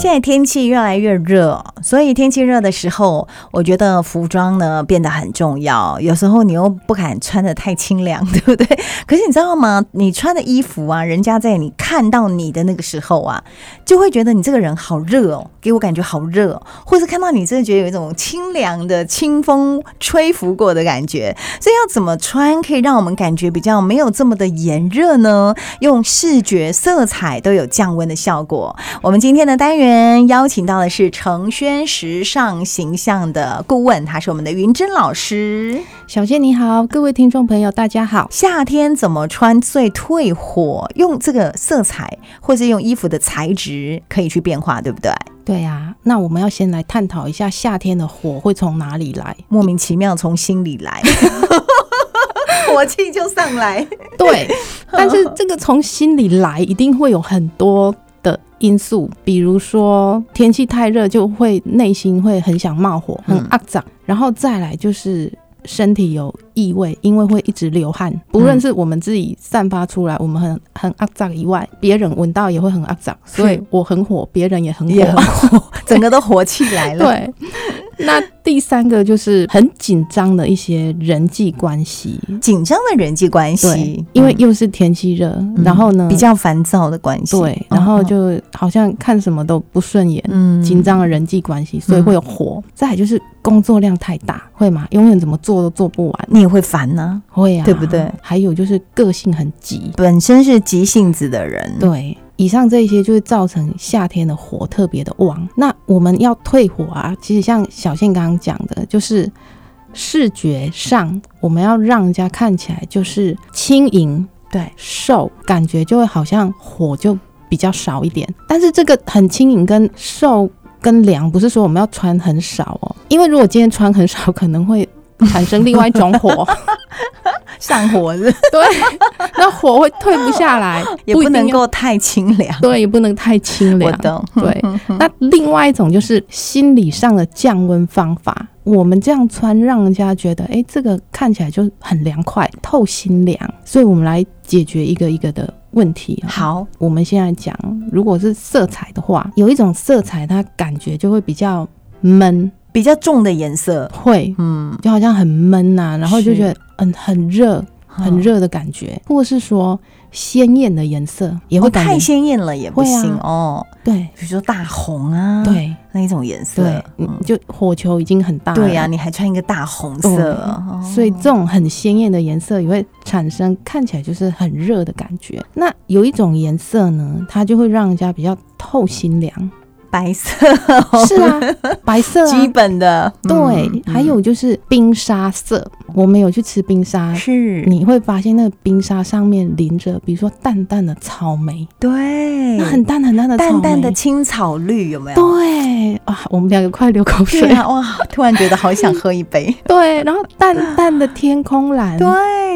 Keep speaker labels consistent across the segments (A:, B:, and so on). A: 现在天气越来越热，所以天气热的时候，我觉得服装呢变得很重要。有时候你又不敢穿的太清凉，对不对？ 可是你知道吗？你穿的衣服啊，人家在你看到你的那个时候啊，就会觉得你这个人好热哦，给我感觉好热、哦，或是看到你真的觉得有一种清凉的清风吹拂过的感觉。所以要怎么穿可以让我们感觉比较没有这么的炎热呢？用视觉、色彩都有降温的效果。我们今天的单元邀请到的是程轩时尚形象的顾问，他是我们的云珍老师。
B: 小健你好，各位听众朋友大家好。
A: 夏天怎么穿最退火？用这个色彩，或是用衣服的材质，可以去变化，对不对？
B: 对啊，那我们要先来探讨一下夏天的火会从哪里来？
A: 莫名其妙从心里来，火气就上来。
B: 对，但是这个从心里来一定会有很多的因素，比如说天气太热就会内心会很想冒火，很
A: 嗯
B: 肮脏，然后再来就是。身体有异味，因为会一直流汗，不论是我们自己散发出来，我们很很肮脏以外，别人闻到也会很肮脏，所 以
A: 是
B: 我很火，别人也很火，
A: 也很火，整个都火起来了。，
B: 对，那第三个就是很紧张的一些人际关系，
A: 紧张的人际关
B: 对
A: 系，，
B: 因为又是天气热，
A: 嗯
B: 然后呢
A: 比较烦躁的关系，
B: 对，然后
A: 嗯
B: 就好像看什么都不顺眼。
A: 嗯
B: 紧张的人际关系，所以会有火。再来就是工作量太大，会吗？永远怎么做都做不完，
A: 你也会烦呢、
B: 会啊，
A: 对不对？
B: 还有就是个性很急，
A: 本身是急性子的人，，
B: 对，以上这一些就会造成夏天的火特别的旺。那我们要退火啊，其实像小倩刚刚讲的，就是视觉上我们要让人家看起来就是轻盈，
A: 对，
B: 瘦，感觉就会好像火就比较少一点。但是这个很轻盈跟瘦跟凉，不是说我们要穿很少哦，因为如果今天穿很少，可能会。产生另外一种 火，
A: 上火是
B: 对， 那火会退不下来，
A: 也
B: 一
A: 不
B: 定
A: 能
B: 要
A: 够太清凉。
B: 对，也不能太清
A: 我
B: 凉。
A: 懂，
B: 对，
A: 嗯
B: 那另外一种就是心理上的降温方法。我们这样穿，让人家觉得，哎、这个看起来就很凉快、透心凉。所以，我们来解决一个一个的问题、啊。，
A: 好，
B: 我们现在讲，如果是色彩的话，有一种色彩，它感觉就会比较闷，
A: 比较重的颜色，
B: 会
A: 嗯，
B: 就好像很闷呐、然后就觉得嗯很热、很
A: 嗯，
B: 热的感觉，或是说鲜艳的颜色也会
A: 哦
B: 感
A: 太
B: 觉、
A: 鲜艳了也不
B: 会啊
A: 行、哦，
B: 对
A: 比如说大红啊，，
B: 对
A: 那一种颜色，
B: 对，嗯
A: 嗯，
B: 就火球已经很大了，
A: 对呀、啊你还穿一个大红色，哦
B: 所以这种很鲜艳的颜色也会产生看起来就是很热的感觉。那有一种颜色呢，它就会让人家比较透心凉。
A: 白色
B: 是 啊，白色啊，
A: 基本的，
B: 对。
A: 哦嗯
B: 还有就是冰沙色，我们有去吃冰沙
A: 嗯。是，
B: 你会发现那个冰沙上面淋着，比如说淡淡的草莓，
A: 对，
B: 那很淡很淡的草莓，
A: 嗯淡淡的青草绿，有没有？
B: 对啊，我们两个快流口水
A: 对。啊，哇！突然觉得好想喝一杯。
B: 对，然后淡淡的天空蓝，
A: 对，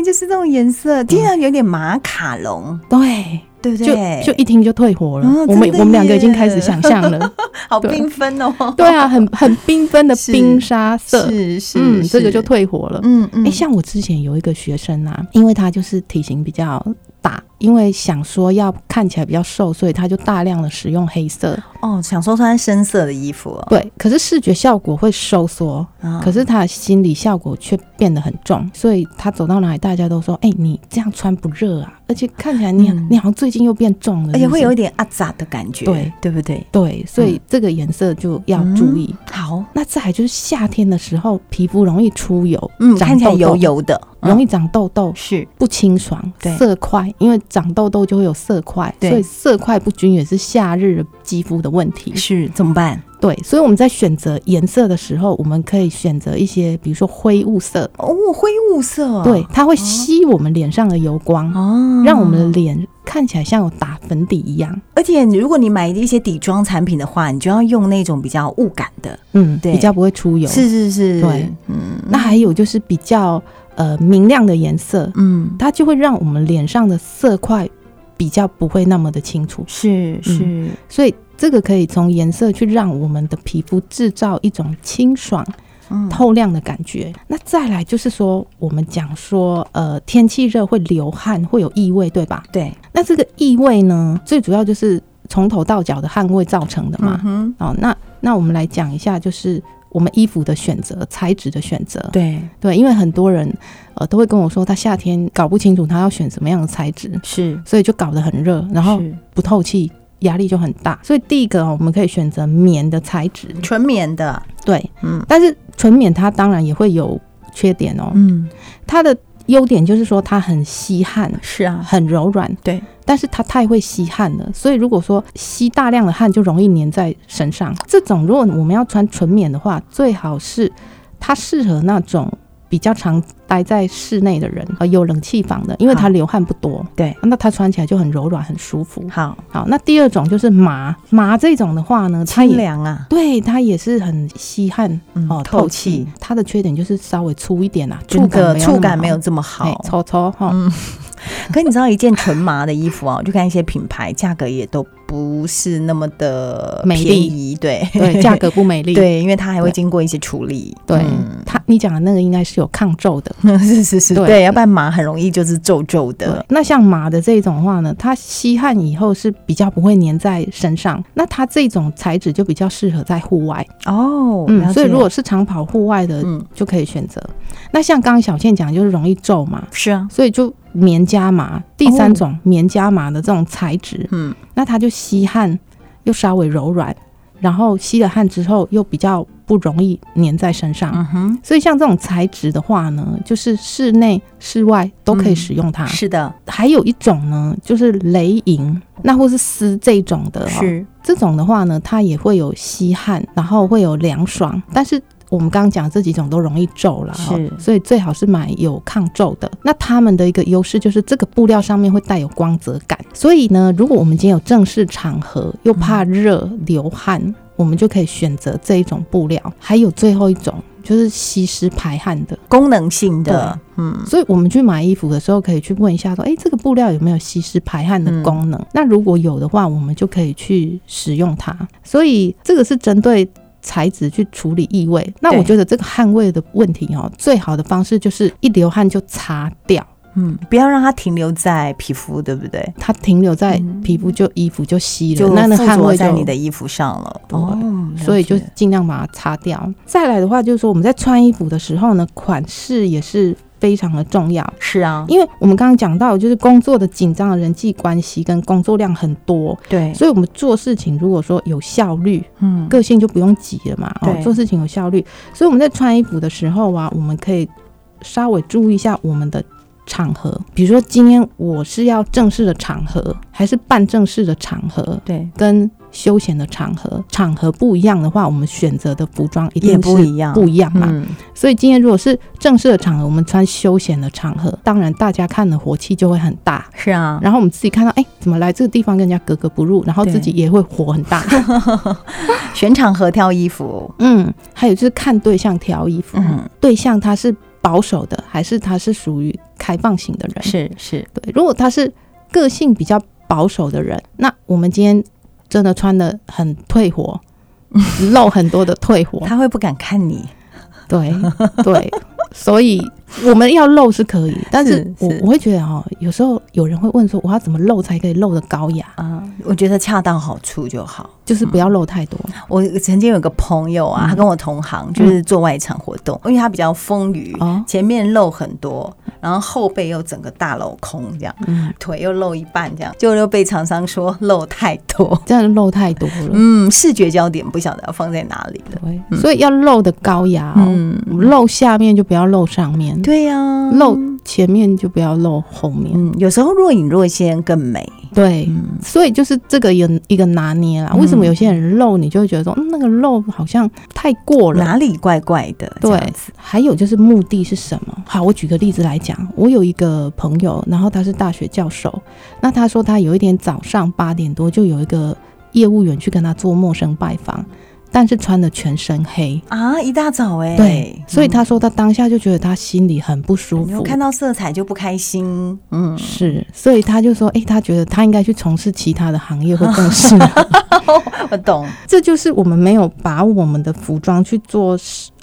A: 就是这种颜色，听上有点马卡龙，
B: 对，
A: 对不
B: 就
A: 对？
B: 就一听就退火了。
A: 嗯
B: 我
A: 真
B: 们
A: 的
B: 我们两个已经
A: 耶
B: 开始想象了，
A: 好
B: 对
A: 缤纷哦。
B: 对啊，很很缤纷的
A: 是
B: 冰沙色，
A: 是是，
B: 嗯，
A: 是
B: 这个就，退火了。
A: 嗯嗯
B: 哎、，像我之前有一个学生啊，因为他就是体型比较大，因为想说要看起来比较瘦，所以他就大量的使用黑色。
A: 哦，想说穿深色的衣服哦，
B: 对，可是视觉效果会收缩，
A: 啊
B: 可是他的心理效果却变得很重，所以他走到哪里，大家都说：“哎、你这样穿不热啊？”而且看起来你、
A: 嗯
B: 你好像最近又变重了，
A: 而且会
B: 是
A: 有
B: 不是
A: 一点阿杂的感觉，
B: 对
A: 对不对？
B: 对，所
A: 嗯
B: 以这个颜色就要注意。
A: 好，
B: 那再来就是夏天的时候，皮肤容易出油，
A: 嗯，
B: 长
A: 看起来
B: 痘
A: 油
B: 痘，
A: 油的，
B: 容
A: 易
B: 易长痘痘，
A: 是
B: 不清爽
A: 嗯对，
B: 色块，因为长痘痘就会有色块，
A: 对
B: 所以色块不均也是夏日肌肤的问题。
A: 是，怎么办？
B: 对，所以我们在选择颜色的时候，我们可以选择一些，比如说灰雾色，
A: 哦，灰雾色，
B: 对，，它会吸我们脸上的油光，
A: 哦，
B: 让我们的脸看起来像有打粉底一样，
A: 而且如果你买一些底妆产品的话，你就要用那种比较雾感的，
B: 嗯，
A: 对
B: 比较不会出油。
A: 是是是，
B: 对，
A: 嗯，
B: 那还有就是比较呃明亮的颜色，
A: 嗯，
B: 它就会让我们脸上的色块比较不会那么的清楚，
A: 是是，
B: 所以这个可以从颜色去让我们的皮肤制造一种清爽
A: 嗯，
B: 透亮的感觉。那再来就是说，我们讲说，呃，天气热会流汗，会有异味，对吧？
A: 对，
B: 那这个异味呢，最主要就是。从头到脚的捍卫造成的嘛
A: 嗯。哼，
B: 哦，那那我们来讲一下，就是我们衣服的选择、材质的选择。
A: 对，
B: 对，因为很多人呃都会跟我说，他夏天搞不清楚他要选什么样的材质，
A: 是，
B: 所以就搞得很热，然后
A: 是
B: 不透气，压力就很大。所以第一个哦，我们可以选择棉的材质，
A: 纯棉的，
B: 对，
A: 嗯
B: 但是纯棉它当然也会有缺点哦，
A: 嗯，
B: 它的优点就是说它很吸汗。
A: 是啊，
B: 很柔软，
A: 对，
B: 但是它太会吸汗了，所以如果说吸大量的汗，就容易粘在身上。这种如果我们要穿纯棉的话，最好是它适合那种比较常待在室内的人，呃，有冷气房的，因为
A: 好
B: 它流汗不多。
A: 啊对，
B: 那它穿起来就很柔软，很舒服。
A: 好，
B: 好，那第二种就是麻麻这种的话呢，它
A: 清
B: 也
A: 凉啊，
B: 对它也是很吸汗
A: 嗯
B: 哦，透气。。它的缺点就是稍微粗一点啦、啊，
A: 真的触
B: 触
A: 感
B: 感
A: 没
B: 没
A: 有
B: 有
A: 这么
B: 那么好，
A: 好
B: 哎，粗粗哈。
A: 嗯可你知道一件纯麻的衣服啊，我 就看一些品牌，价格也都不是那么的
B: 美丽
A: 便宜，对
B: 对， 价格不美丽。
A: 对，因为它还会
B: 对
A: 经过一些处理，
B: 对，
A: 嗯
B: 它你讲的那个应该是有抗皱的。
A: 是是是，
B: 对
A: 对，要不然麻很容易就是皱皱的
B: 对，，那像麻的这种的话呢，它吸汗以后是比较不会粘在身上。那它这种材质就比较适合在户外，
A: 哦，了
B: 嗯，所以
A: 解
B: 如果是长跑户外的
A: 嗯
B: 就可以选择。那像刚刚小倩讲，就是容易皱嘛，
A: 是啊，
B: 所以就棉加麻。第三
A: 哦
B: 种棉加麻的这种材质，
A: 嗯，
B: 那它就吸汗又稍微柔软，然后吸了汗之后又比较不容易粘在身上。
A: 嗯哼，
B: 所以像这种材质的话呢，就是室内、室外都
A: 嗯
B: 可以使用它。
A: 是的，
B: 还有一种呢，就是雷银，那或是丝这种的、哦，
A: 是
B: 这种的话呢，它也会有吸汗，然后会有凉爽，但是。我们刚刚讲这几种都容易皱了、哦，
A: 是
B: 所以最好是买有抗皱的。那它们的一个优势就是这个布料上面会带有光泽感，所以呢，如果我们今天有正式场合，又怕热流汗，我们就可以选择这一种布料。还有最后一种就是吸湿排汗的，
A: 功能性的，嗯，
B: 所以我们去买衣服的时候，可以去问一下说，诶，这个布料有没有吸湿排汗
A: 嗯
B: 的功能？那如果有的话，我们就可以去使用它。所以这个是针对。材质去处理异味，那
A: 对
B: 我觉得这个汗味的问题哦，最好的方式就是一流汗就擦掉，
A: 嗯，不要让它停留在皮肤，对不对？
B: 它停留在
A: 嗯
B: 皮肤就衣服就吸了，
A: 就
B: 那那
A: 附
B: 汗
A: 着
B: 味
A: 在
B: 就
A: 你的衣服上了，
B: 对
A: 哦
B: 所以就
A: 了解
B: 尽量把它擦掉。再来的话，就是说我们在穿衣服的时候呢，款式也是非常的重要。
A: 是啊，
B: 因为我们刚刚讲到，就是工作的紧张的人际关系跟工作量很多，
A: 对，
B: 所以我们做事情如果说有效率，
A: 嗯，
B: 个性就不用急了嘛。哦
A: 对，
B: 做事情有效率，所以我们在穿衣服的时候啊，我们可以稍微注意一下我们的场合，比如说今天我是要正式的场合，还是半正式的场合，
A: 对，
B: 跟休闲的场合，场合不一样的话，我们选择的服装一定
A: 也不
B: 是
A: 一样，
B: 不一样嘛。
A: 嗯，
B: 所以今天如果是正式的场合，我们穿休闲的场合，当然大家看的火气就会很大。
A: 是啊，
B: 然后我们自己看到，哎，怎么来这个地方跟人家格格不入，然后
A: 对
B: 自己也会火很 大。
A: 选场合挑衣服，
B: 嗯，还有就是看对象挑衣服，
A: 嗯，
B: 对象他是保守的，还是他是属于开放型的人？
A: 是是，
B: 对，如果他是个性比较保守的人，那我们今天真的穿的很退火，露很多的退火，
A: 他会不敢看你，
B: 对对，所以我们要露是可以，但是
A: 是
B: 我
A: 是
B: 我会觉得哦，有时候有人会问说，我要怎么露才可以露的高雅？
A: 啊，我觉得恰到好处就好。
B: 就是不要
A: 嗯
B: 露太多。
A: 我曾经有个朋友啊，
B: 嗯
A: 他跟我同行，就是做外场活动，因为他比较丰腴，
B: 哦，
A: 前面露很多，然后后背又整个大镂空，这样
B: 嗯，
A: 腿又露一半，这样就又被厂商说露太多。
B: 这样露太多了。
A: 嗯，视觉焦点不晓得要放在哪里了。
B: 对，所以要露的高雅哦，
A: 嗯，
B: 露下面就不要露上面，
A: 对呀、
B: 露前面就不要露后面。
A: 嗯，有时候若隐若现更美。
B: 对，
A: 嗯，
B: 所以就是这个有一个拿捏啦。为什
A: 嗯
B: 么有些人露，你就会觉得说、嗯、那个露好像太过了？
A: 哪里怪怪的？这
B: 对
A: 样子，
B: 还有就是目的是什么？好，我举个例子来讲，我有一个朋友，然后他是大学教授，那他说他有一天早上八点多就有一个业务员去跟他做陌生拜访，但是穿的全身黑，
A: 啊，一大早哎、
B: 对，所以他说他当下就觉得他心里很不舒
A: 嗯没有
B: 服。
A: 看到色彩就不开心。嗯，
B: 是，所以他就说，诶，他觉得他应该去从事其他的行业会更 适合。
A: 嗯我懂。
B: 这就是我们没有把我们的服装去做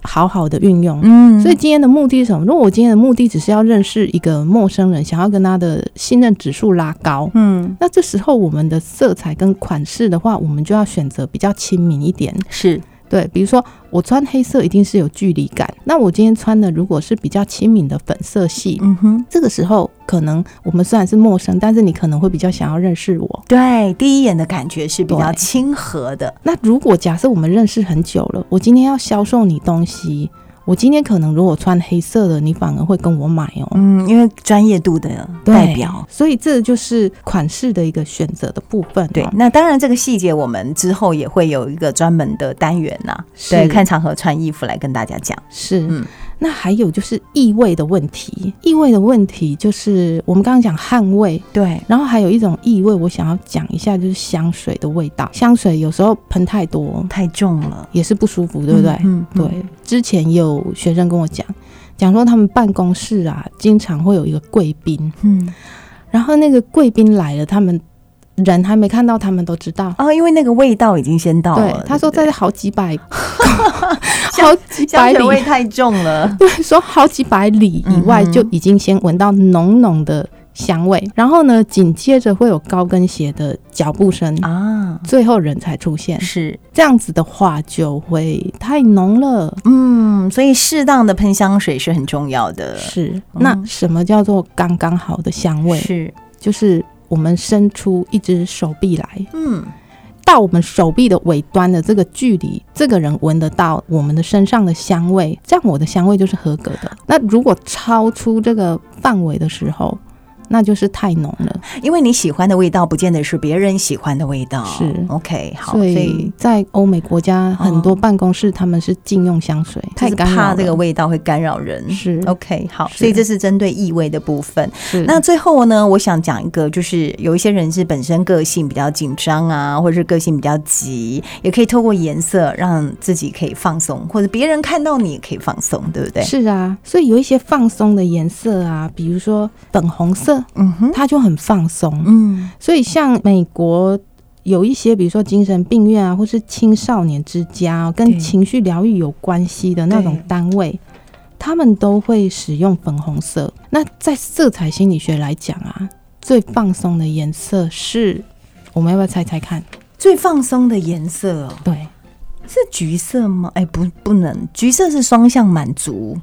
B: 好好的运用。
A: 嗯
B: 所以今天的目的是什么？如果我今天的目的只是要认识一个陌生人，想要跟他的信任指数拉高，
A: 嗯
B: 那这时候我们的色彩跟款式的话，我们就要选择比较亲民一点。
A: 是
B: 对，比如说我穿黑色一定是有距离感，那我今天穿的如果是比较亲民的粉色系，
A: 嗯哼，
B: 这个时候可能我们虽然是陌生，但是你可能会比较想要认识我。
A: 对，第一眼的感觉是比较
B: 对
A: 亲和的，
B: 那如果假设我们认识很久了，我今天要销售你东西，我今天可能如果穿黑色的，你反而会跟我买哦。
A: 嗯，因为专业度的
B: 对
A: 代表。
B: 所以这就是款式的一个选择的部分、哦
A: 对，，那当然这个细节我们之后也会有一个专门的单元呐、
B: 是
A: 对，看场合穿衣服来跟大家讲。
B: 是。
A: 嗯
B: 那还有就是意味的问题，意味的问题就是我们刚刚讲汗味，
A: 对，
B: 然后还有一种异味，我想要讲一下，就是香水的味道。香水有时候喷太多
A: 太重了，
B: 也是不舒服，对不对？
A: 嗯，嗯
B: 对，之前有学生跟我讲，讲说他们办公室啊，经常会有一个贵宾，
A: 嗯，
B: 然后那个贵宾来了，他们人还没看到，他们都知道。
A: 哦，因为那个味道已经先到
B: 对
A: 了。，
B: 他说
A: 哦对不对
B: 在好 几百，好几
A: 香
B: 百
A: 水味
B: 里，
A: 太重了。
B: 对，说好几百里以外
A: 嗯哼
B: 就已经先闻到浓浓的香味，然后呢，紧接着会有高跟鞋的脚步声，
A: 啊，
B: 最后人才出现。
A: 是，
B: 这样子的话就会太浓了。
A: 嗯，所以适当的喷香水是很重要的。
B: 是，
A: 嗯
B: 那什么叫做刚刚好的香味？
A: 是，
B: 就是我们伸出一只手臂来，
A: 嗯，
B: 到我们手臂的尾端的这个距离，这个人闻得到我们的身上的香味，这样我的香味就是合格的。那如果超出这个范围的时候，那就是太浓了。
A: 因为你喜欢的味道，不见得是别人喜欢的味道。
B: 是
A: OK，好，
B: 所
A: 所
B: 以
A: 以
B: 在欧美国家，很多
A: 哦
B: 办公室他们是禁用香水，
A: 就
B: 太
A: 是
B: 干
A: 怕
B: 扰
A: 这个
B: 了
A: 味道会干扰人。
B: 是
A: OK，好，
B: 是
A: 所以这是针对异味的部分。
B: 是
A: 那最后呢，我想讲一个，就是有一些人是本身个性比较紧张啊，或者是个性比较急，也可以透过颜色让自己可以放松，或者别人看到你也可以放松，对不对？
B: 是啊，所以有一些放松的颜色啊，比如说粉红色，
A: 嗯哼，
B: 它就很放松。
A: 嗯，
B: 所以像美国有一些，比如说精神病院啊，或是青少年之家、哦，
A: 对
B: 跟情绪疗愈有关系的那种
A: 对
B: 单位。他们都会使用粉红色。那在色彩心理学来讲啊，最放松的颜色是，我们要不要猜猜看？
A: 最放松的颜色哦
B: 对，
A: 是橘色吗？哎，不，不能，橘色是双向满足。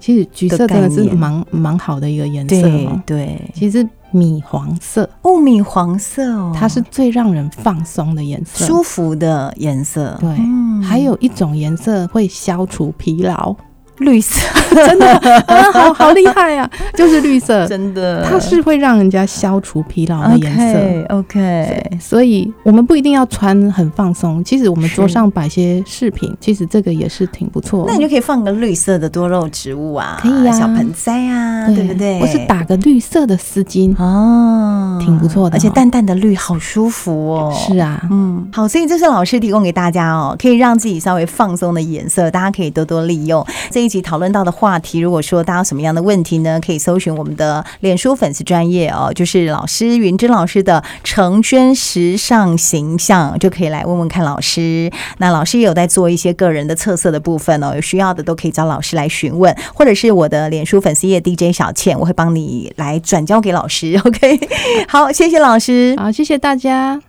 B: 其实橘色真的
A: 的概
B: 是
A: 念
B: 蛮蛮好的一个颜色、哦。
A: 对，
B: 其实米黄色，
A: 雾米黄色哦，
B: 它是最让人放松的颜色。
A: 舒服的颜色。
B: 对
A: 嗯
B: 还有一种颜色会消除疲劳，
A: 绿色，
B: 真的， 啊、好好厉害呀、啊！就是绿 色，
A: 真的，哦
B: 它是会让人家消除疲劳的颜色。
A: OK，
B: 所以，我们不一定要穿很放松，其实我们
A: 是
B: 桌上摆些饰品，其实这个也是挺不错。
A: 那你就可以放个绿色的多肉植物啊，
B: 可以啊
A: 小盆栽啊，对不对？
B: 或是打个绿色的丝巾，
A: 哦，
B: 挺不错的
A: 而
B: 哦
A: 且淡淡的绿好舒服哦。
B: 是啊，
A: 嗯，好，所以这是老师提供给大家哦，可以让自己稍微放松的颜色，大家可以多多利用。这一集讨论到的话题，如果说大家有什么样的问题呢，可以搜寻我们的脸书粉丝专业哦，就是老师云芝老师的成轩时尚形象，就可以来问问看老师。那老师也有在做一些个人的测色的部分哦，有需要的都可以找老师来询问，或者是我的脸书粉丝页 DJ 小倩，我会帮你来转交给老师。OK，好，谢谢老师。
B: 好，谢谢大家。